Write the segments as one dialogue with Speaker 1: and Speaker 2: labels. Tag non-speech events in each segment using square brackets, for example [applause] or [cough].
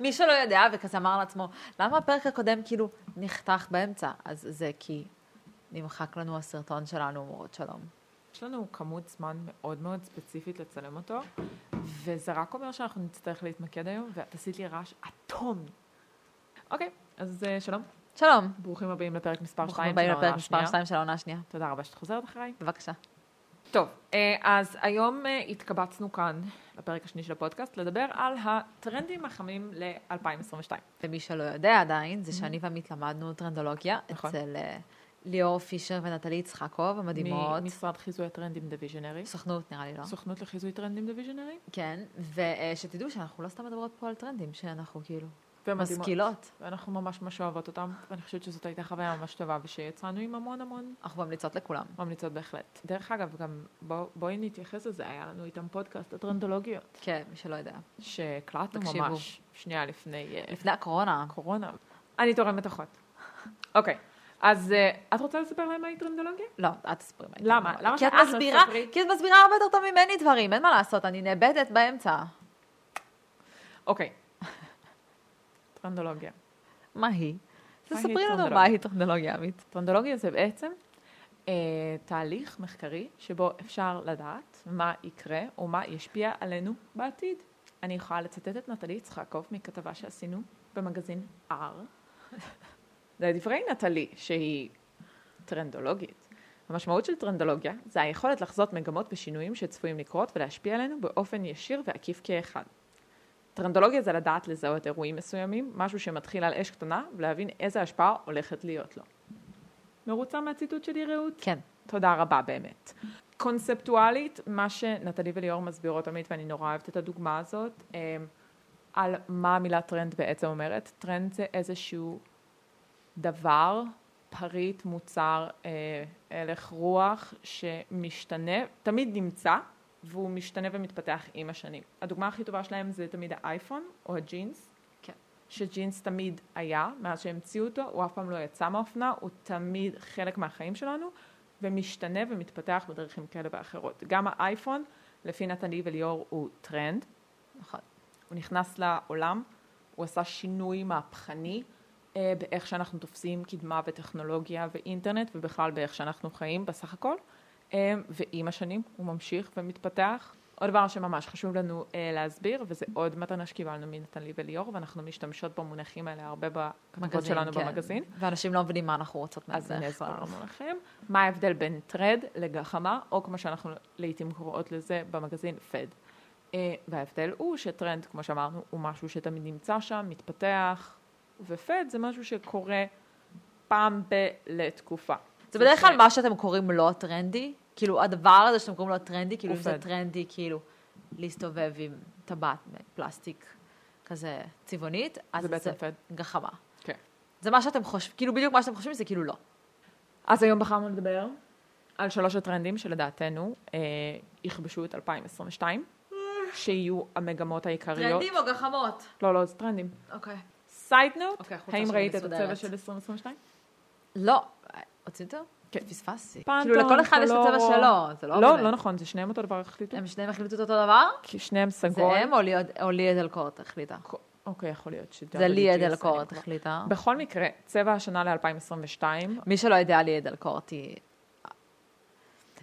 Speaker 1: מי שלא יודע וכזה אמר לעצמו, למה הפרק הקודם כאילו נחתך באמצע? אז זה כי נמחק לנו הסרטון שלנו, מורות שלום.
Speaker 2: יש לנו כמות זמן מאוד מאוד ספציפית לצלם אותו, וזה רק אומר שאנחנו נצטרך להתמקד היום, ואת עשית לי רעש אטום. אוקיי, אז אה, שלום,
Speaker 1: שלום.
Speaker 2: ברוכים הבאים לפרק מספר 2
Speaker 1: אנחנו באים לפרק מספר 2 של העונה השנייה.
Speaker 2: תודה רבה שאת חוזרת אחריי.
Speaker 1: בבקשה.
Speaker 2: טוב, אה, אז היום אה, התקבצנו כאן, לפרק השני של הפודקאסט, לדבר על הטרנדים החמים ל-2022.
Speaker 1: ומי שלא יודע עדיין, זה שאני ועמית למדנו טרנדולוגיה
Speaker 2: נכון.
Speaker 1: אצל אה, ליאור פישר ונטלי יצחקוב המדהימות.
Speaker 2: ממשרד חיזוי הטרנדים דיוויז'נרי.
Speaker 1: סוכנות נראה לי, לא?
Speaker 2: סוכנות לחיזוי טרנדים דיוויז'נרי.
Speaker 1: כן, ושתדעו שאנחנו לא סתם מדברות פה על טרנדים, שאנחנו כאילו
Speaker 2: ומדהימות.
Speaker 1: משכילות.
Speaker 2: ואנחנו ממש ממש אוהבות אותם, ואני חושבת שזאת הייתה חוויה ממש טובה, ושיצאנו עם המון המון
Speaker 1: אנחנו ממליצות לכולם.
Speaker 2: ממליצות בהחלט. דרך אגב, גם בוא, בואי נתייחס לזה, היה לנו איתם פודקאסט הטרנדולוגיות,
Speaker 1: כן, מי שלא יודע.
Speaker 2: שהקלטנו
Speaker 1: תקשיבו.
Speaker 2: ממש שנייה לפני אה,
Speaker 1: לפני הקורונה.
Speaker 2: הקורונה. אני תורמת אחות. אוקיי, אז אה, את רוצה לספר להם מהי טרנדולוגיה?
Speaker 1: לא, אל תספרי מה הייתי
Speaker 2: למה?
Speaker 1: אומרת.
Speaker 2: למה
Speaker 1: כי את
Speaker 2: שאת לא
Speaker 1: מסבירה,
Speaker 2: תספרי?
Speaker 1: כי את מסבירה הרבה יותר טוב ממני דברים, אין מה לעשות, אני נאבדת באמצע.
Speaker 2: אוקיי. טרנדולוגיה.
Speaker 1: מה היא?
Speaker 2: היא
Speaker 1: תספרי לנו
Speaker 2: טרנדולוגיה?
Speaker 1: מה היא טרנדולוגיה, עמית.
Speaker 2: טרנדולוגיה זה בעצם אה, תהליך מחקרי שבו אפשר לדעת מה יקרה או מה ישפיע עלינו בעתיד. אני יכולה לצטט את נטלי יצחקוב מכתבה שעשינו במגזין R. [laughs] זה דברי נטלי, שהיא טרנדולוגית. המשמעות של טרנדולוגיה זה היכולת לחזות מגמות ושינויים שצפויים לקרות ולהשפיע עלינו באופן ישיר ועקיף כאחד. טרנדולוגיה זה לדעת לזהות אירועים מסוימים, משהו שמתחיל על אש קטנה, ולהבין איזה השפעה הולכת להיות לו. מרוצה מהציטוט שלי, רעות?
Speaker 1: כן.
Speaker 2: תודה רבה באמת. קונספטואלית, מה שנטלי וליאור מסבירות תמיד, ואני נורא אוהבת את הדוגמה הזאת, אמ, על מה המילה טרנד בעצם אומרת. טרנד זה איזשהו דבר, פריט, מוצר, אה, הלך רוח, שמשתנה, תמיד נמצא, והוא משתנה ומתפתח עם השנים. הדוגמה הכי טובה שלהם זה תמיד האייפון או הג'ינס.
Speaker 1: כן.
Speaker 2: שג'ינס תמיד היה, מאז שהמציאו אותו, הוא אף פעם לא יצא מהאופנה, הוא תמיד חלק מהחיים שלנו, ומשתנה ומתפתח בדרכים כאלה ואחרות. גם האייפון, לפי נתני וליאור, הוא טרנד.
Speaker 1: נכון.
Speaker 2: הוא נכנס לעולם, הוא עשה שינוי מהפכני אה, באיך שאנחנו תופסים קדמה וטכנולוגיה ואינטרנט ובכלל באיך שאנחנו חיים בסך הכל. אה, ועם השנים הוא ממשיך ומתפתח. עוד דבר שממש חשוב לנו אה, להסביר, וזה עוד מתנה שקיבלנו מנתנלי וליאור, ואנחנו משתמשות במונחים האלה הרבה בכתבות
Speaker 1: מגזין,
Speaker 2: שלנו
Speaker 1: כן.
Speaker 2: במגזין.
Speaker 1: ואנשים לא מבינים מה אנחנו רוצות
Speaker 2: אז נכון.
Speaker 1: מזה.
Speaker 2: אני אסביר לכם. מה ההבדל בין טרד לגחמה, או כמו שאנחנו לעיתים קוראות לזה במגזין פד. אה, וההבדל הוא שטרנד, כמו שאמרנו, הוא משהו שתמיד נמצא שם, מתפתח, ופד זה משהו שקורה פעם ב... לתקופה.
Speaker 1: זה בדרך כלל
Speaker 2: ש-
Speaker 1: מה שאתם קוראים לא טרנדי, כאילו הדבר הזה שאתם קוראים לו טרנדי, כאילו אם זה
Speaker 2: עובד.
Speaker 1: טרנדי, כאילו להסתובב עם טבעת מפלסטיק כזה צבעונית, אז
Speaker 2: זה בעצם
Speaker 1: זה
Speaker 2: פד.
Speaker 1: גחמה.
Speaker 2: כן.
Speaker 1: זה מה שאתם חושבים, כאילו בדיוק מה שאתם חושבים זה כאילו לא.
Speaker 2: אז היום בחרנו לדבר על שלוש הטרנדים שלדעתנו אה, יכבשו את 2022, שיהיו המגמות העיקריות.
Speaker 1: טרנדים או גחמות?
Speaker 2: לא, לא, זה טרנדים.
Speaker 1: אוקיי.
Speaker 2: סייד נוט,
Speaker 1: אוקיי, החולצה
Speaker 2: האם
Speaker 1: שלי
Speaker 2: ראית את
Speaker 1: מסודרת.
Speaker 2: הצבע של 2022?
Speaker 1: לא. רוצים יותר?
Speaker 2: כן.
Speaker 1: פספסתי.
Speaker 2: פנטון,
Speaker 1: כאילו לכל אחד יש את הצבע
Speaker 2: קולורו.
Speaker 1: שלו, זה לא...
Speaker 2: לא,
Speaker 1: עובד.
Speaker 2: לא נכון, זה שניהם אותו דבר החליטו.
Speaker 1: הם שניהם החליטו את אותו דבר?
Speaker 2: כי שניהם
Speaker 1: זה
Speaker 2: סגול.
Speaker 1: הם או לי- או לי אדלקורט החליטה?
Speaker 2: אוקיי, יכול להיות ש...
Speaker 1: זה לי
Speaker 2: WGS,
Speaker 1: אדלקורט
Speaker 2: אני-
Speaker 1: החליטה.
Speaker 2: בכל מקרה, צבע השנה ל-2022,
Speaker 1: מי שלא יודע, לי אדלקורט היא...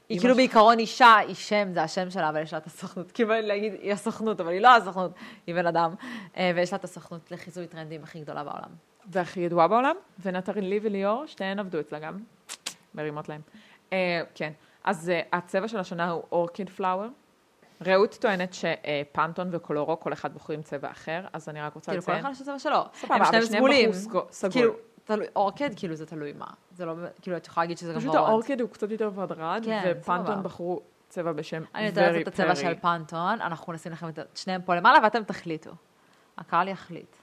Speaker 1: היא
Speaker 2: אמא
Speaker 1: כאילו
Speaker 2: שלך.
Speaker 1: בעיקרון אישה, היא שם, זה השם שלה, אבל יש לה את הסוכנות. כאילו להגיד, היא הסוכנות, אבל היא לא הסוכנות, היא בן אדם. אה, ויש לה את הסוכנות לחיזוי טרנדים הכי גדולה בעולם.
Speaker 2: והכי ידועה בעולם, ונתן לי וליאור, שתיהן עבדו אצלה גם. מרימות להם. אה, כן, אז אה, הצבע של השנה הוא אורקיד פלאואר. רעות טוענת שפנטון וקולורו, כל אחד בוחרים צבע אחר, אז אני רק רוצה
Speaker 1: כאילו, כל
Speaker 2: לציין.
Speaker 1: אחד יש את הצבע שלו.
Speaker 2: סבבה,
Speaker 1: הם
Speaker 2: אבל
Speaker 1: שניהם
Speaker 2: שניהם
Speaker 1: סגולים.
Speaker 2: בחרו סגו- סגול.
Speaker 1: כאילו, תלוי, אורקד, כאילו, זה תלוי מה. זה לא, כאילו, את יכולה להגיד שזה גם
Speaker 2: פשוט אוקיי.
Speaker 1: וורונד.
Speaker 2: האורקיד הוא קצת יותר ורדרד,
Speaker 1: כן, סבבה.
Speaker 2: ופנטון בחרו צבע בשם
Speaker 1: אני
Speaker 2: ורי
Speaker 1: נותנת את הצבע
Speaker 2: פרי.
Speaker 1: של פנטון, אנחנו נשים לכם את שניהם פה למעלה, ואתם תחליטו. הקהל יחליט.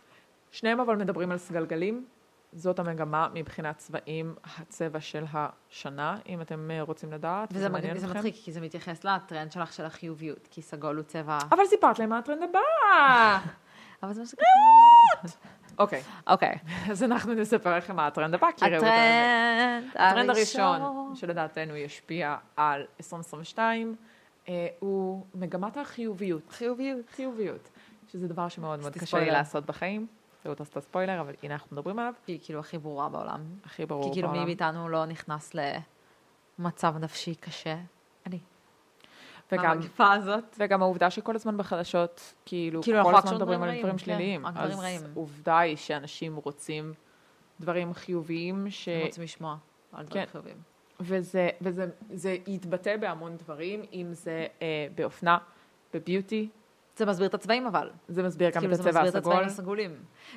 Speaker 2: שניהם אבל מדברים על סגלגלים, זאת המגמה מבחינת צבעים, הצבע של השנה, אם אתם אה, רוצים לדעת,
Speaker 1: וזה מג- זה
Speaker 2: אתכם.
Speaker 1: מצחיק, כי זה מתייחס לטרנד שלך של החיוביות, כי סגול הוא צבע...
Speaker 2: אבל סיפרת להם מה הטרנד הבא.
Speaker 1: אבל זה מה שקורה.
Speaker 2: אוקיי, [laughs]
Speaker 1: אוקיי.
Speaker 2: אז אנחנו נספר לכם מה הטרנד הבא, כי ראו את האמת.
Speaker 1: הטרנד
Speaker 2: הטרנד הראשון, שלדעתנו ישפיע על 2022, אה, הוא מגמת החיוביות.
Speaker 1: חיוביות.
Speaker 2: חיוביות. שזה דבר שמאוד מאוד
Speaker 1: עשיתי
Speaker 2: קשה לי
Speaker 1: ספוילר.
Speaker 2: לעשות בחיים. זהו, עשתה ספוילר, אבל הנה אנחנו מדברים עליו,
Speaker 1: שהיא כאילו הכי ברורה בעולם.
Speaker 2: הכי
Speaker 1: כי
Speaker 2: ברור
Speaker 1: כאילו מי
Speaker 2: בעולם.
Speaker 1: מאיתנו לא נכנס למצב נפשי קשה? אני.
Speaker 2: וגם,
Speaker 1: המגפה הזאת.
Speaker 2: וגם העובדה שכל הזמן בחדשות,
Speaker 1: כאילו,
Speaker 2: כאילו, כאילו כל
Speaker 1: אנחנו רק
Speaker 2: הזמן
Speaker 1: שומעים
Speaker 2: מדברים
Speaker 1: דברים
Speaker 2: על
Speaker 1: רעים,
Speaker 2: דברים
Speaker 1: כן,
Speaker 2: שליליים.
Speaker 1: רק
Speaker 2: אז
Speaker 1: דברים רעים.
Speaker 2: עובדה היא שאנשים רוצים דברים חיוביים, ש...
Speaker 1: אני רוצה לשמוע
Speaker 2: כן.
Speaker 1: על דברים חיובים.
Speaker 2: וזה, וזה זה יתבטא בהמון דברים, אם זה אה, באופנה, בביוטי,
Speaker 1: זה מסביר את הצבעים אבל.
Speaker 2: זה מסביר גם
Speaker 1: כאילו
Speaker 2: את
Speaker 1: זה
Speaker 2: הצבע
Speaker 1: מסביר את
Speaker 2: הסגול.
Speaker 1: הצבעים הסגולים.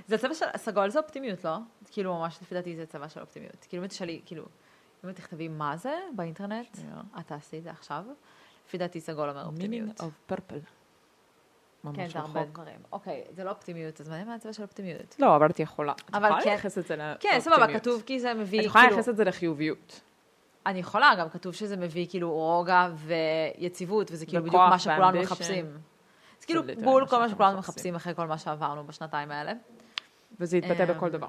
Speaker 1: זה צבע של סגול זה אופטימיות, לא? כאילו ממש לפי דעתי זה צבע של אופטימיות. כאילו אם תשאלי, כאילו, אם את תכתבי מה זה באינטרנט,
Speaker 2: שנייה.
Speaker 1: את תעשי את זה עכשיו. לפי דעתי סגול אומר אופטימיות.
Speaker 2: meaning of purple. ממש
Speaker 1: כן, זה
Speaker 2: רחוק.
Speaker 1: הרבה דברים. אוקיי, זה לא אופטימיות, אז מעניין מה הצבע של אופטימיות.
Speaker 2: לא, אבל את יכולה. את
Speaker 1: אבל
Speaker 2: יכולה
Speaker 1: כן.
Speaker 2: לייחס את זה לאופטימיות.
Speaker 1: כן, סבבה, כתוב כי זה מביא,
Speaker 2: את
Speaker 1: כאילו...
Speaker 2: אה, יכולה לייחס את זה לחיוביות.
Speaker 1: אני יכולה, גם כתוב שזה מביא כאילו רוגע ויציבות, וזה כאילו
Speaker 2: וכוח
Speaker 1: בדיוק מה שכולנו
Speaker 2: ואמבישן.
Speaker 1: מחפשים. זה כאילו
Speaker 2: זה לטעמי
Speaker 1: בול
Speaker 2: מה
Speaker 1: כל מה
Speaker 2: שאנחנו
Speaker 1: שכולנו
Speaker 2: מחפשים.
Speaker 1: מחפשים אחרי כל מה שעברנו בשנתיים האלה.
Speaker 2: וזה יתבטא
Speaker 1: אמ,
Speaker 2: בכל דבר.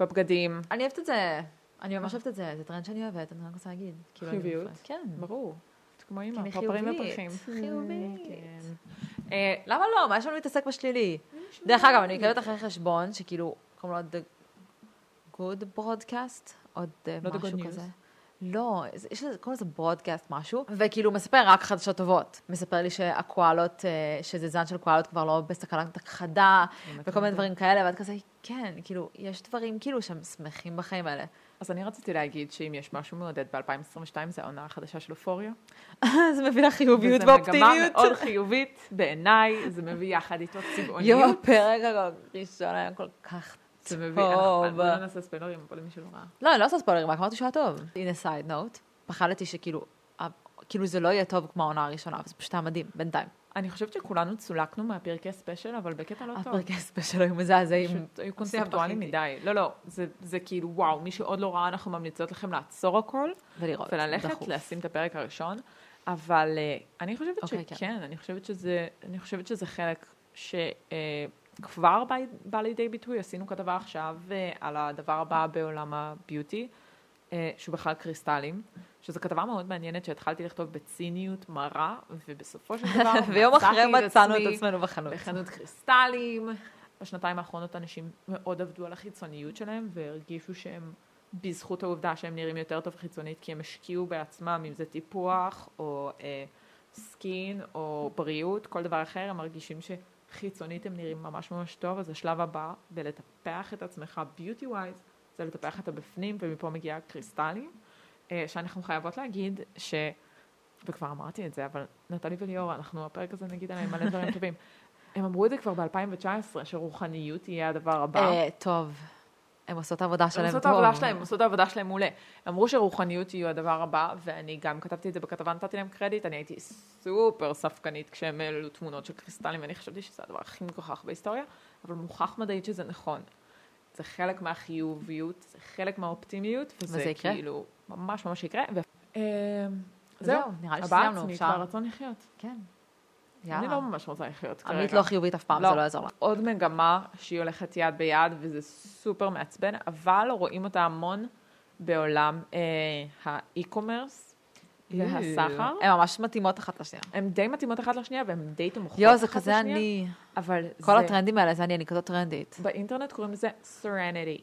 Speaker 2: בבגדים,
Speaker 1: אני אוהבת את זה, אני ממש אוהבת את זה, זה טרנד שאני אוהבת, אני רק רוצה להגיד. כאילו, אני
Speaker 2: חיוביות?
Speaker 1: מופרעת. כן.
Speaker 2: ברור. את כמו
Speaker 1: כן,
Speaker 2: אימא,
Speaker 1: היא
Speaker 2: פרפרים
Speaker 1: חיובית,
Speaker 2: ופרחים.
Speaker 1: חיובית.
Speaker 2: כן. אה,
Speaker 1: למה לא? מה יש לנו להתעסק בשלילי? דרך אגב, אני לא עוקבת אחרי חשבון, שכאילו, קוראים לו The Good Broadcast, עוד אה,
Speaker 2: לא The Good
Speaker 1: משהו
Speaker 2: News.
Speaker 1: כזה. לא, זה- יש לזה, קוראים לזה ברודקאסט משהו, וכאילו הוא מספר רק חדשות טובות. מספר לי שהקואלות, אה, שזה זן של קואלות כבר לא בסכנת הכחדה, וכל מיני דברים כאלה, ואת כזה, כן, כאילו, יש דברים כאילו שהם שמחים בחיים האלה.
Speaker 2: אז אני רציתי להגיד שאם יש משהו מעודד ב-2022, זה העונה החדשה של אופוריה.
Speaker 1: [laughs] זה מביא לך חיוביות
Speaker 2: וזו מגמה
Speaker 1: ואופטימיות.
Speaker 2: מאוד חיובית, בעיניי, זה מביא יחד איתו
Speaker 1: יואו,
Speaker 2: צבעוניות.
Speaker 1: הפרק הראשון היה כל כך...
Speaker 2: זה מביא,
Speaker 1: טוב.
Speaker 2: אנחנו לא נעשה ספוילרים, אבל למי שלא ראה.
Speaker 1: לא, אני לא עושה ספוילרים, רק אמרתי שהוא היה טוב. הנה סייד נוט, פחדתי שכאילו, אה, כאילו זה לא יהיה טוב כמו העונה הראשונה, אבל זה פשוט היה מדהים, בינתיים.
Speaker 2: אני חושבת שכולנו צולקנו מהפרקי ספיישל, אבל בקטע לא טוב.
Speaker 1: הפרקי הספיישל היו מזעזעים.
Speaker 2: פשוט היו קונספטואלים
Speaker 1: בכיתי.
Speaker 2: מדי. לא, לא, זה- זה כאילו, וואו, מי שעוד לא ראה, אנחנו ממליצות לכם לעצור הכל.
Speaker 1: ולראות,
Speaker 2: וללכת
Speaker 1: דחוף.
Speaker 2: לשים את הפרק הראשון, אבל אה, אני חושבת
Speaker 1: אוקיי, כן.
Speaker 2: שכן, אני חושבת שזה- אני חושבת שזה חלק שכבר בא לידי ביטוי, עשינו כתבה עכשיו אה, על הדבר הבא בעולם הביוטי, אה, שהוא בכלל קריסטלים, שזו כתבה מאוד מעניינת שהתחלתי לכתוב בציניות מרה,
Speaker 1: [laughs]
Speaker 2: ובסופו של דבר
Speaker 1: [laughs] ויום אחרי
Speaker 2: מצאתי
Speaker 1: מצאנו את
Speaker 2: עצמי
Speaker 1: עצמנו בחנות.
Speaker 2: בחנות קריסטלים. בשנתיים האחרונות אנשים מאוד עבדו על החיצוניות שלהם והרגישו שהם, בזכות העובדה שהם נראים יותר טוב חיצונית, כי הם השקיעו בעצמם, אם זה טיפוח או אה, סקין או בריאות, כל דבר אחר, הם מרגישים שחיצונית הם נראים ממש ממש טוב, אז השלב הבא בלטפח את עצמך ביוטי ווייז, זה לטפח את הבפנים, ומפה מגיע קריסטלים, אה, שאנחנו חייבות להגיד ש... וכבר אמרתי את זה, אבל נטלי וליאור, אנחנו, הפרק הזה נגיד עליהם מלא דברים טובים. הם אמרו את זה כבר ב-2019, שרוחניות תהיה הדבר הבא. הם
Speaker 1: אה, טוב, הם עושות את העבודה שלהם
Speaker 2: עושות את
Speaker 1: טוב.
Speaker 2: העבודה שלהם, הם עושות את העבודה שלהם מעולה. אמרו שרוחניות יהיו הדבר הבא, ואני גם כתבתי את זה בכתבה, נתתי להם קרדיט, אני הייתי סופר ספקנית כשהם העלו תמונות של קריסטלים, ואני חשבתי שזה הדבר הכי מגוחך בהיסטוריה, אבל מוכח מדעית שזה נכון. זה חלק מהחיוביות, זה חלק מהאופטימיות,
Speaker 1: וזה
Speaker 2: וזה
Speaker 1: יקרה? אה,
Speaker 2: כאילו ממש ממש יקרה. ו- אמ, זהו,
Speaker 1: זהו, נראה לי
Speaker 2: הבעת
Speaker 1: שסיימנו,
Speaker 2: מכבר
Speaker 1: אפשר?
Speaker 2: רצון לחיות.
Speaker 1: כן.
Speaker 2: אני לא
Speaker 1: יאללה.
Speaker 2: ממש רוצה לחיות כרגע.
Speaker 1: עמית לא חיובית אף פעם,
Speaker 2: לא.
Speaker 1: זה לא יעזור לה.
Speaker 2: עוד מגמה שהיא הולכת יד ביד, וזה סופר מעצבן, אבל רואים אותה המון בעולם אה, האי-קומרס והסחר.
Speaker 1: הן ממש מתאימות אחת לשנייה.
Speaker 2: הן די מתאימות אחת לשנייה, והן די תומכות
Speaker 1: יואו, זה
Speaker 2: אחת
Speaker 1: כזה
Speaker 2: לשנייה,
Speaker 1: אני.
Speaker 2: אבל
Speaker 1: כל
Speaker 2: זה,
Speaker 1: הטרנדים האלה זה אני, אני כזאת טרנדית.
Speaker 2: באינטרנט קוראים לזה serenity,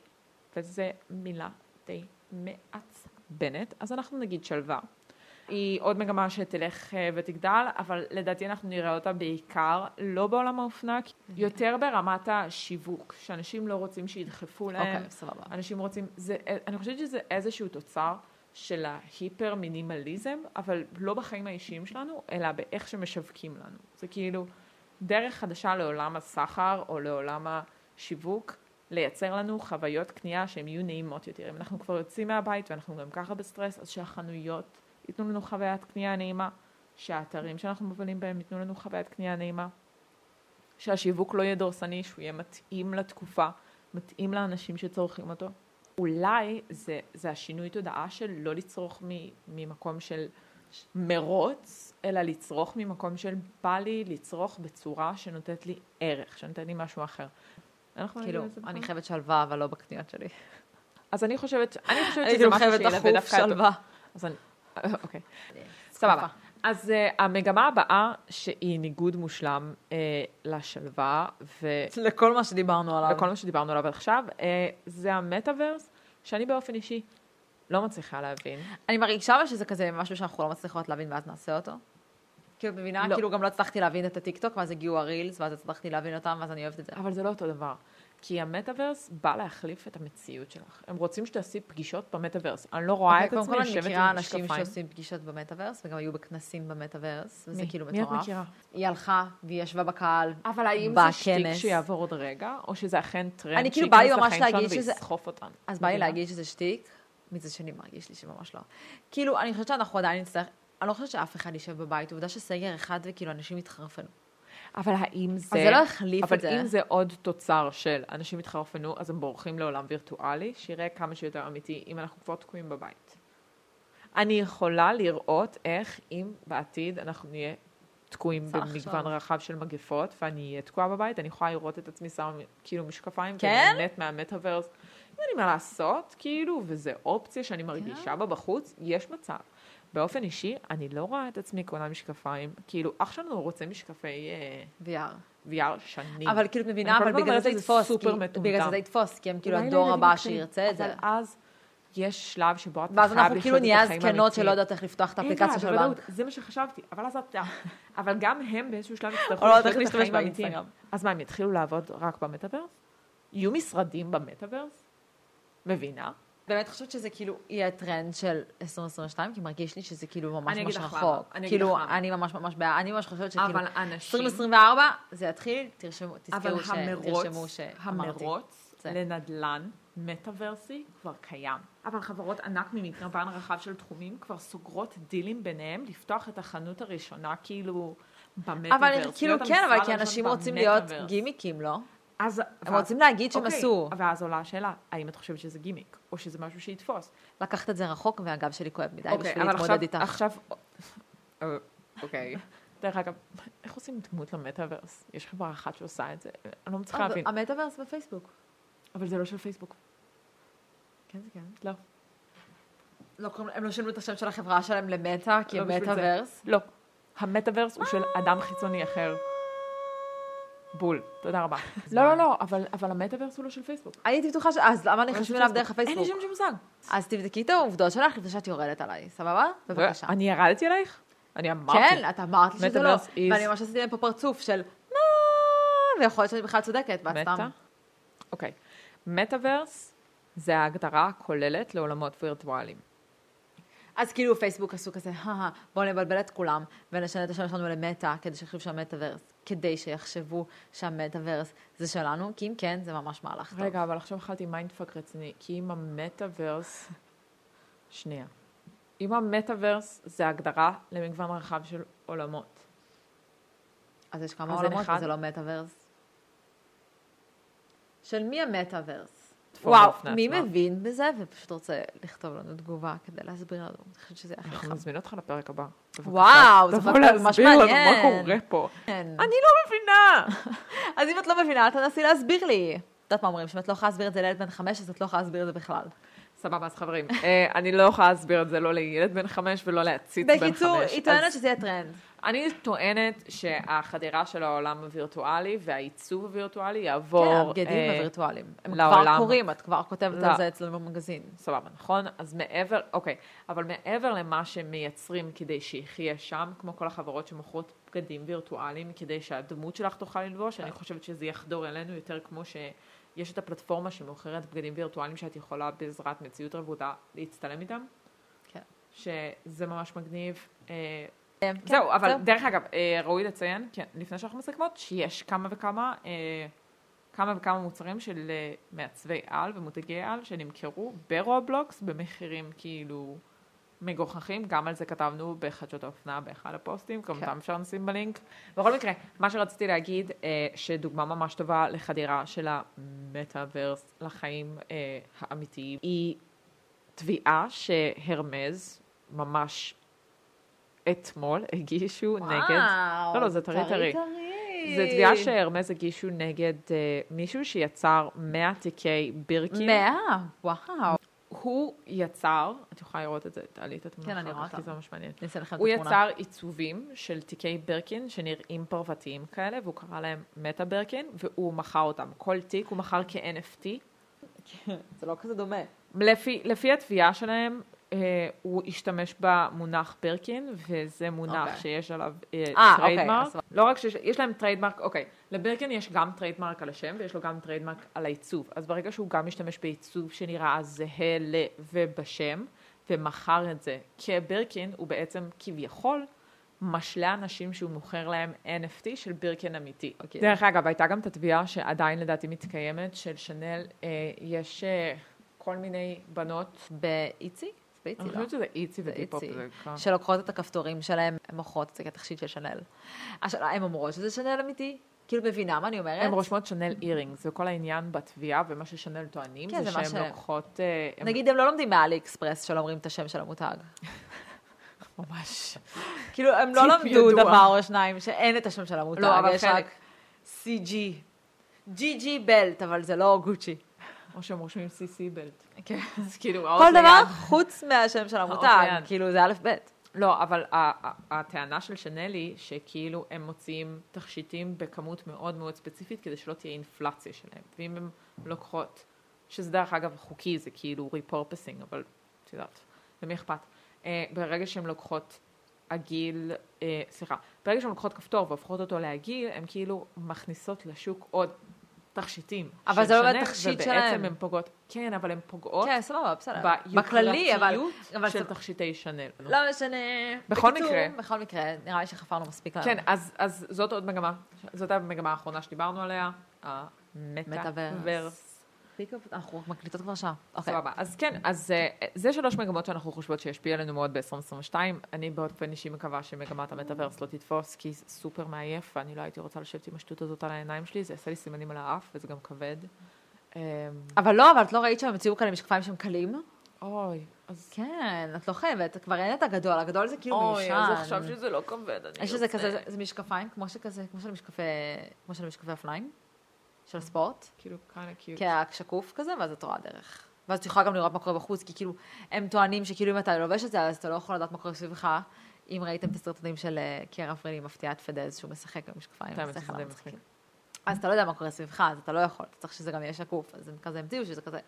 Speaker 2: וזו מילה די מעצבנת, אז אנחנו נגיד שלווה. היא עוד מגמה שתלך אה, ותגדל, אבל לדעתי אנחנו נראה אותה בעיקר לא בעולם האופנה, כי
Speaker 1: אוקיי.
Speaker 2: יותר ברמת השיווק, שאנשים לא רוצים שידחפו להם,
Speaker 1: אוקיי, סבבה.
Speaker 2: אנשים רוצים, זה, אני חושבת שזה איזשהו תוצר של ההיפר מינימליזם, אבל לא בחיים האישיים שלנו, אלא באיך שמשווקים לנו. זה כאילו דרך חדשה לעולם הסחר או לעולם השיווק, לייצר לנו חוויות קנייה שהן יהיו נעימות יותר. אם אנחנו כבר יוצאים מהבית ואנחנו גם ככה בסטרס, אז שהחנויות ייתנו לנו חוויית קנייה נעימה, שהאתרים שאנחנו מובילים בהם ייתנו לנו חוויית קנייה נעימה, שהשיווק לא יהיה דורסני, שהוא יהיה מתאים לתקופה. מתאים לאנשים שצורכים אותו. אולי זה, זה השינוי תודעה של לא לצרוך מ, ממקום של מרוץ, אלא לצרוך ממקום של בא לי לצרוך בצורה שנותנת לי ערך, שנותנת לי משהו אחר. אנחנו
Speaker 1: כאילו,
Speaker 2: נגיד את זה
Speaker 1: אני
Speaker 2: בכלל?
Speaker 1: חייבת שלווה, אבל לא בקניות שלי.
Speaker 2: אז אני חושבת, אני חושבת
Speaker 1: [laughs] אני
Speaker 2: שזה
Speaker 1: כאילו
Speaker 2: משהו
Speaker 1: חייבת
Speaker 2: שילווה
Speaker 1: לחוף
Speaker 2: דווקא את... [laughs]
Speaker 1: שלווה.
Speaker 2: אז אני... אוקיי. סבבה. אז אה, המגמה הבאה, שהיא ניגוד מושלם אה, לשלווה ו...
Speaker 1: לכל מה שדיברנו עליו.
Speaker 2: וכל מה שדיברנו עליו עד עכשיו, אה, זה המטאוורס, שאני באופן אישי לא מצליחה להבין.
Speaker 1: אני מרגישה אבל שזה כזה משהו שאנחנו לא מצליחות להבין ואז נעשה אותו. כאילו, את מבינה?
Speaker 2: לא.
Speaker 1: כאילו גם לא הצלחתי להבין את הטיקטוק, ואז הגיעו הרילס, ואז הצלחתי להבין אותם, ואז אני אוהבת את זה.
Speaker 2: אבל זה לא אותו דבר. כי המטאוורס בא להחליף את המציאות שלך. הם רוצים שתעשי פגישות במטאוורס. אני לא רואה
Speaker 1: אוקיי,
Speaker 2: את עצמי
Speaker 1: קודם כל
Speaker 2: יושבת
Speaker 1: אני
Speaker 2: עם משקפיים.
Speaker 1: מכירה אנשים שעושים פגישות במטאוורס, וגם היו בכנסים במטאוורס, וזה
Speaker 2: מי?
Speaker 1: כאילו
Speaker 2: מי את
Speaker 1: מטורף.
Speaker 2: מכירה?
Speaker 1: היא הלכה, והיא ישבה בקהל.
Speaker 2: אבל האם זה שטיק
Speaker 1: בכנס.
Speaker 2: שיעבור עוד רגע, או שזה אכן טרנד
Speaker 1: אני כאילו בא לי
Speaker 2: שייכנס
Speaker 1: ממש
Speaker 2: לחיים
Speaker 1: להגיד
Speaker 2: שלנו
Speaker 1: שזה-
Speaker 2: ויסחוף אותנו?
Speaker 1: אז בא לי
Speaker 2: מבינה?
Speaker 1: להגיד שזה שטיק, מצד שני מרגיש לי שממש לא. כאילו, אני חושבת שאנחנו עדיין נצטרך, אני לא חושבת שאף אחד יישב בבית, עובדה שסגר אחד וכאילו אנשים התחרפנו.
Speaker 2: אבל האם זה...
Speaker 1: זה לא החליף את
Speaker 2: אבל
Speaker 1: זה.
Speaker 2: אם זה עוד תוצר של אנשים התחרפנו, אז הם בורחים לעולם וירטואלי, שיראה כמה שיותר אמיתי אם אנחנו כבר תקועים בבית. אני יכולה לראות איך אם בעתיד אנחנו נהיה תקועים
Speaker 1: צריך
Speaker 2: במגוון
Speaker 1: לחשוב.
Speaker 2: רחב של מגפות, ואני אהיה תקועה בבית, אני יכולה לראות את עצמי שמה כאילו משקפיים,
Speaker 1: כן?
Speaker 2: ונהנית מהמטאוורס. אין לי מה לעשות, כאילו, וזו אופציה
Speaker 1: כן.
Speaker 2: שאני מרגישה בה בחוץ, יש מצב. באופן אישי, אני לא רואה את עצמי קונה משקפיים, כאילו, אח שלנו רוצה משקפי... אה,
Speaker 1: VR.
Speaker 2: VR שנים.
Speaker 1: אבל כאילו, את מבינה,
Speaker 2: כל
Speaker 1: אבל
Speaker 2: הזמן
Speaker 1: בגלל
Speaker 2: אומרת
Speaker 1: זה
Speaker 2: שזה
Speaker 1: יתפוס.
Speaker 2: סופר
Speaker 1: כי-
Speaker 2: מטומטם.
Speaker 1: בגלל זה זה יתפוס, כי הם כאילו
Speaker 2: אולי
Speaker 1: הדור
Speaker 2: לילדים
Speaker 1: הבא
Speaker 2: הקטנים.
Speaker 1: שירצה את זה.
Speaker 2: אבל אז יש שלב שבו את
Speaker 1: ואז
Speaker 2: חייב
Speaker 1: אנחנו כאילו
Speaker 2: לחיות את
Speaker 1: נהיה
Speaker 2: החיים
Speaker 1: זקנות שלא
Speaker 2: האמיתיים.
Speaker 1: יודעות איך לפתוח את
Speaker 2: אין
Speaker 1: האפליקציה
Speaker 2: בעיה,
Speaker 1: של
Speaker 2: בוודאות,
Speaker 1: הבנק.
Speaker 2: זה מה שחשבתי, אבל אז אתה... [laughs] אבל גם הם
Speaker 1: [laughs]
Speaker 2: באיזשהו שלב יצטרכו
Speaker 1: או לא יודעת
Speaker 2: לחיות
Speaker 1: איך
Speaker 2: את
Speaker 1: להשתמש
Speaker 2: החיים האמיתיים.
Speaker 1: באינסטגרם.
Speaker 2: אז מה, הם יתחילו לעבוד רק במטאוורס? יהיו משרדים במטאוורס? מבינה?
Speaker 1: באמת חושבת שזה כאילו יהיה הטרנד של 2022, כי מרגיש לי שזה כאילו ממש
Speaker 2: אני אגיד
Speaker 1: ממש
Speaker 2: לך
Speaker 1: רחוק.
Speaker 2: למה, אני אגיד
Speaker 1: כאילו,
Speaker 2: לך למה.
Speaker 1: אני ממש ממש בעיה, אני ממש חושבת שכאילו,
Speaker 2: אבל אנשים-
Speaker 1: 2024, זה יתחיל, תרשמו,
Speaker 2: אבל
Speaker 1: תזכרו ש... תרשמו
Speaker 2: המרוץ,
Speaker 1: ש... אמרתי.
Speaker 2: המרוץ
Speaker 1: זה.
Speaker 2: לנדל"ן מטאוורסי כבר קיים. אבל חברות ענק ממגוון רחב של תחומים כבר סוגרות דילים ביניהם לפתוח את החנות הראשונה כאילו במטאוורס.
Speaker 1: אבל
Speaker 2: להיות
Speaker 1: כאילו
Speaker 2: המשרד
Speaker 1: כן, אבל כי
Speaker 2: הראשון
Speaker 1: אנשים רוצים להיות
Speaker 2: במטאוורס.
Speaker 1: גימיקים, לא?
Speaker 2: אז,
Speaker 1: הם
Speaker 2: ואז-
Speaker 1: רוצים להגיד שהם
Speaker 2: אוקיי,
Speaker 1: עשו.
Speaker 2: ואז עולה השאלה, האם את חושבת שזה גימיק, או שזה משהו שיתפוס?
Speaker 1: לקחת את זה רחוק, והגב שלי כואב מדי
Speaker 2: אוקיי,
Speaker 1: בשביל
Speaker 2: אבל
Speaker 1: להתמודד איתך.
Speaker 2: עכשיו, עכשיו,
Speaker 1: אוקיי.
Speaker 2: דרך אגב, איך עושים דמות למטאוורס? יש חברה אחת שעושה את זה, אני לא מצליחה להבין.
Speaker 1: המטאוורס בפייסבוק.
Speaker 2: אבל זה לא של פייסבוק.
Speaker 1: כן, זה כן.
Speaker 2: לא.
Speaker 1: לא קוראים- הם לא שינו את השם של החברה שלהם למטא, כי
Speaker 2: לא
Speaker 1: הם
Speaker 2: בשביל זה.
Speaker 1: מטאוורס.
Speaker 2: לא. המטאוורס הוא של אדם חיצוני אחר. בול. תודה רבה. [laughs] לא, לא, לא, אבל, אבל המטאוורס הוא לא של פייסבוק.
Speaker 1: הייתי בטוחה ש... אז למה
Speaker 2: הוא לא של
Speaker 1: נכנסים אליו
Speaker 2: פייסבוק.
Speaker 1: דרך
Speaker 2: אין
Speaker 1: הפייסבוק?
Speaker 2: לי שום מושג.
Speaker 1: אז תבדקי את העובדות שלך לפני שאת יורדת עליי, סבבה? בבקשה.
Speaker 2: אני ירדתי עלייך? אני אמרתי.
Speaker 1: כן, את אמרת לי שזה לא.
Speaker 2: Metaverse is-
Speaker 1: ואני ממש עשיתי להם פה פרצוף של מה, ויכול להיות שאני בכלל צודקת, ואת
Speaker 2: מטא?
Speaker 1: סתם.
Speaker 2: אוקיי. מטאוורס זה ההגדרה הכוללת לעולמות וירטואליים.
Speaker 1: אז כאילו פייסבוק עשו כזה, "הא, הא, בואו נבלבל את כולם ונשנה את השם שלנו למטא, כדי שיחשבו שהמטאוורס, כדי שיחשבו שהמטאוורס זה שלנו, כי אם כן, זה ממש מהלך טוב.
Speaker 2: רגע, אבל עכשיו אכלתי מיינדפאק רציני, כי אם המטאוורס... שנייה. אם המטאוורס זה הגדרה למגוון רחב של עולמות.
Speaker 1: אז יש כמה
Speaker 2: אז אין
Speaker 1: עולמות
Speaker 2: אחד?
Speaker 1: וזה לא מטאוורס. של מי המטאוורס?
Speaker 2: תפור
Speaker 1: וואו,
Speaker 2: בפני
Speaker 1: מי
Speaker 2: עצמה.
Speaker 1: מבין בזה ופשוט רוצה לכתוב לנו תגובה כדי להסביר לנו? אני חושבת שזה הכי
Speaker 2: אנחנו
Speaker 1: חמור.
Speaker 2: נזמין אותך לפרק הבא. בבקשה.
Speaker 1: נכון. וואו, זה
Speaker 2: תבוא
Speaker 1: פרק ממש
Speaker 2: להסביר לנו מה
Speaker 1: מעניין.
Speaker 2: קורה פה.
Speaker 1: כן.
Speaker 2: אני לא מבינה.
Speaker 1: אז אם את לא מבינה, תנסי להסביר לי. את יודעת מה אומרים, שאם את לא יכולה להסביר את זה לילד בן חמש, אז את לא יכולה להסביר את זה בכלל.
Speaker 2: סבבה, אז חברים, אה, אני לא יכולה להסביר את זה לא לילד בן חמש ולא לעציץ בן חמש.
Speaker 1: בקיצור, היא טוענת
Speaker 2: אז
Speaker 1: שזה יהיה טרנד.
Speaker 2: אני טוענת שהחדירה של העולם הווירטואלי והעיצוב הווירטואלי יעבור...
Speaker 1: כן, הבגדים
Speaker 2: אה,
Speaker 1: הווירטואליים. הם כבר
Speaker 2: לעולם.
Speaker 1: קוראים, את כבר כותבת
Speaker 2: לא.
Speaker 1: על זה אצלנו במגזין.
Speaker 2: סבבה, נכון? אז מעבר, אוקיי, אבל מעבר למה שמייצרים כדי שיחיה שם, כמו כל החברות שמוכרות בגדים וירטואליים, כדי שהדמות שלך תוכל ללבוש, אני חושבת שזה יחדור אלינו יותר כמו שיש את הפלטפורמה שמוכרת בגדים וירטואליים שאת יכולה בעזרת מציאות רבודה להצטלם איתם,
Speaker 1: כן.
Speaker 2: שזה ממש מגניב. אה,
Speaker 1: כן,
Speaker 2: זהו, אבל
Speaker 1: זהו.
Speaker 2: דרך אגב, אה, ראוי לציין, כן, לפני שאנחנו מסכמות, שיש כמה וכמה, אה, כמה וכמה מוצרים של אה, מעצבי על ומותגי על שנמכרו ברובלוקס במחירים כאילו מגוחכים, גם על זה כתבנו בחדשות האופנה באחד הפוסטים,
Speaker 1: כן.
Speaker 2: כמובן אפשר לשים בלינק. בכל מקרה, מה שרציתי להגיד, אה, שדוגמה ממש טובה לחדירה של המטאוורס לחיים אה, האמיתיים, היא תביעה שהרמז ממש אתמול [laughs] הגישו נגד
Speaker 1: וואו,
Speaker 2: לא, לא, זה טרי, טרי.
Speaker 1: טרי.
Speaker 2: זה תביעה שהרמז הגישו נגד אה, מישהו שיצר 100 תיקי בירקין.
Speaker 1: מאה, וואו.
Speaker 2: הוא יצר, את יכולה לראות את זה, תעלי את התמונה
Speaker 1: כן, אני
Speaker 2: אחר
Speaker 1: רואה
Speaker 2: כך, כי
Speaker 1: אותה.
Speaker 2: זה ממש מעניין.
Speaker 1: אני אעשה לכם את
Speaker 2: הוא
Speaker 1: התמונה.
Speaker 2: יצר עיצובים של תיקי ברקין שנראים פרוותיים כאלה, והוא קרא להם מטה ברקין, והוא מכר אותם. כל תיק הוא מכר כ-NFT.
Speaker 1: זה לא כזה דומה.
Speaker 2: לפי, לפי התביעה שלהם, אה, הוא השתמש במונח ברקין, וזה מונח
Speaker 1: אוקיי.
Speaker 2: okay. שיש עליו אה,
Speaker 1: אה, אוקיי,
Speaker 2: טריידמרק.
Speaker 1: אז-
Speaker 2: Okay, לא רק שיש יש להם טריידמרק, אוקיי, לברקין יש גם טריידמרק על השם, ויש לו גם טריידמרק על העיצוב. אז ברגע שהוא גם משתמש בעיצוב שנראה זהה ל ובשם, ומכר את זה כברקין, הוא בעצם כביכול משלה אנשים שהוא מוכר להם NFT של בירקן אמיתי. Okay.
Speaker 1: אוקיי.
Speaker 2: דרך אגב, הייתה גם את התביעה שעדיין לדעתי מתקיימת, של שנל, אה, יש אה, כל מיני בנות,
Speaker 1: באיצי? זה באיצי,
Speaker 2: אני
Speaker 1: לא?
Speaker 2: חושבת שזה איצי
Speaker 1: זה
Speaker 2: וטיפ-הופ.
Speaker 1: איצי.
Speaker 2: זה כבר-
Speaker 1: שלוקחות את הכפתורים שלהם, הן מוכרות את זה כתכשיט של שנאל. השאלה, הן אומרות שזה שנאל אמיתי? כאילו, מבינה מה אני אומרת?
Speaker 2: הן רושמות שנל אירינגס, וכל העניין בתביעה, ומה ששנל טוענים,
Speaker 1: כן,
Speaker 2: זה
Speaker 1: זה מה
Speaker 2: שהן
Speaker 1: ש-
Speaker 2: לוקחות... אה, הן-
Speaker 1: נגיד, הם לא לומדים מאלי אקספרס שלא אומרים את השם של המותג.
Speaker 2: ממש.
Speaker 1: כאילו, הם לא
Speaker 2: טיפ
Speaker 1: למדו
Speaker 2: ידוע.
Speaker 1: דבר או שניים שאין את השם של המותג,
Speaker 2: לא, אבל
Speaker 1: יש
Speaker 2: חלק.
Speaker 1: רק CG. GG בלט, אבל זה לא גוצ'י.
Speaker 2: או שהם רושמים סי-סי בלט.
Speaker 1: כן.
Speaker 2: [laughs] אז כאילו,
Speaker 1: כל
Speaker 2: האות
Speaker 1: דבר
Speaker 2: ליד.
Speaker 1: חוץ מהשם של המותג,
Speaker 2: האוקיין.
Speaker 1: כאילו, זה א' ב'.
Speaker 2: לא, אבל ה- ה- הטענה של שנל היא שכאילו הם מוציאים תכשיטים בכמות מאוד מאוד ספציפית כדי שלא תהיה אינפלציה שלהם. ואם הם לוקחות, שזה דרך אגב חוקי, זה כאילו ריפורפסינג, אבל את יודעת, למי אכפת? אה, ברגע שהן לוקחות עגיל, אה, סליחה, ברגע שהן לוקחות כפתור והופכות אותו לעגיל, הן כאילו מכניסות לשוק עוד תכשיטים.
Speaker 1: אבל
Speaker 2: של
Speaker 1: זה לא
Speaker 2: שנל,
Speaker 1: באמת תכשיט שלהם.
Speaker 2: ובעצם הן פוגעות, כן, אבל הן פוגעות
Speaker 1: כן, סבבה, בסדר. בכללי, אבל... אבל
Speaker 2: ביוקרתיות של
Speaker 1: סבבה.
Speaker 2: תכשיטי שנל.
Speaker 1: לא משנה.
Speaker 2: בכל
Speaker 1: בקיצור,
Speaker 2: מקרה.
Speaker 1: בכל מקרה, נראה לי שחפרנו מספיק לנו.
Speaker 2: כן, אז, אז זאת עוד מגמה, זאת המגמה האחרונה שדיברנו עליה, המטאוורס.
Speaker 1: מטאוורס. אנחנו מקליטות כבר שעה. אוקיי.
Speaker 2: סבבה, אז כן, אז אה, זה שלוש מגמות שאנחנו חושבות שישפיע עלינו מאוד ב-2022. אני באופן אישי מקווה שמגמת המטאוורס לא תתפוס, כי זה סופר מעייף, ואני לא הייתי רוצה לשבת עם השטות הזאת על העיניים שלי, זה יעשה לי סימנים על האף, וזה גם כבד. אמ,
Speaker 1: אבל לא, אבל את לא ראית שהם הציעו כאלה משקפיים שהם קלים?
Speaker 2: אוי, אז...
Speaker 1: כן, את לא חייבת, כבר אין את הגדול, הגדול זה כאילו מיושן.
Speaker 2: שזה לא כבד, אני
Speaker 1: יש איזה כזה, זה- זה משקפיים, כמו שכזה, כמו של משקפי, כמו של משקפי אופניים, של ספורט.
Speaker 2: כאילו, כאן קיוט.
Speaker 1: כי השקוף כזה, ואז את רואה דרך. ואז את יכולה גם לראות מה קורה בחוץ, כי כאילו, הם טוענים שכאילו אם אתה לובש את זה, אז אתה לא יכול לדעת מה קורה סביבך. אם ראיתם את הסרטונים של אה, קיירה פרילי מפתיעה את פדז, שהוא משחק במשקפיים,
Speaker 2: האמת,
Speaker 1: זה
Speaker 2: כן, זה
Speaker 1: אחד
Speaker 2: די
Speaker 1: המשחקים.
Speaker 2: מצחיק.
Speaker 1: אז אתה לא יודע מה קורה סביבך, אז אתה לא יכול, אתה צריך שזה גם יהיה שקוף. אז הם כזה המציאו שזה כזה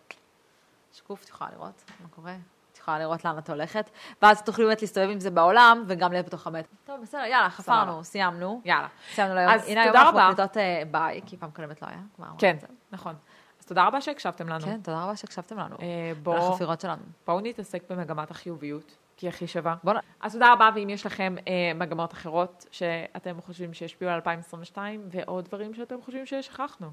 Speaker 1: שקוף, את יכולה לראות מה קורה, את יכולה לראות לאן את הולכת, ואז תוכלי באמת להסתובב עם זה בעולם, וגם להיות בתוך המת. טוב, בסדר, יאללה, חפרנו, סיימנו.
Speaker 2: יאללה.
Speaker 1: סיימנו להיום.
Speaker 2: אז
Speaker 1: הנה היום
Speaker 2: תודה
Speaker 1: אנחנו
Speaker 2: רבה.
Speaker 1: מקליטות אה, ביי, כי פעם קודמת לא היה. כבר אמרנו
Speaker 2: כן,
Speaker 1: את זה.
Speaker 2: נכון. אז תודה רבה שהקשבתם לנו.
Speaker 1: כן, תודה רבה שהקשבתם לנו.
Speaker 2: אה,
Speaker 1: על
Speaker 2: בואו
Speaker 1: החפירות שלנו.
Speaker 2: בואו נתעסק במגמת החיוביות, כי היא הכי שווה.
Speaker 1: בואו נ-
Speaker 2: אז תודה רבה, ואם יש לכם אה, מגמות אחרות שאתם חושבים שישפיעו על 2022, ועוד דברים שאתם חושבים ששכחנו,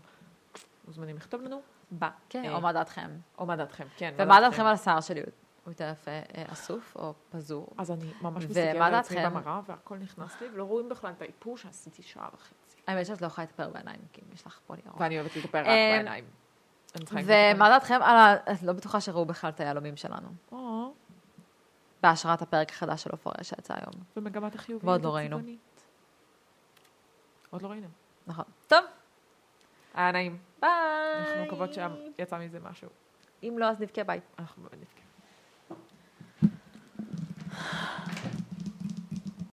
Speaker 2: מוזמנים לכתוב לנו. ב-
Speaker 1: כן,
Speaker 2: אה,
Speaker 1: או מה דעתכם.
Speaker 2: או מה דעתכם, כן.
Speaker 1: ומה דעתכם על השיער שלי? הוא יותר יפה אה, אסוף או פזור?
Speaker 2: אז אני ממש
Speaker 1: ומה
Speaker 2: מסתכלת על עצמי
Speaker 1: דעתכם?
Speaker 2: במראה, והכל נכנס לי, ולא רואים בכלל את האיפור שעשיתי שעה וחצי.
Speaker 1: האמת שאת לא יכולה להתאפר בעיניים, כי יש לך פה ניירות.
Speaker 2: ואני אוהבת לדבר רק
Speaker 1: אה,
Speaker 2: בעיניים. אמ, אני צריכה לקנות
Speaker 1: ומה דעתכם על ה... את לא בטוחה שראו בכלל את היהלומים שלנו.
Speaker 2: אותם. או,
Speaker 1: בהשראת הפרק החדש של אופוריה שיצא היום.
Speaker 2: ומגמת החיוביות
Speaker 1: ועוד לא ראינו.
Speaker 2: הצבעונית. עוד לא ראינו.
Speaker 1: נכון. טוב,
Speaker 2: היה נעים.
Speaker 1: ביי.
Speaker 2: אנחנו מקוות שיצא מזה משהו.
Speaker 1: אם לא, אז נבכה ביי.
Speaker 2: אנחנו באמת נתקעים.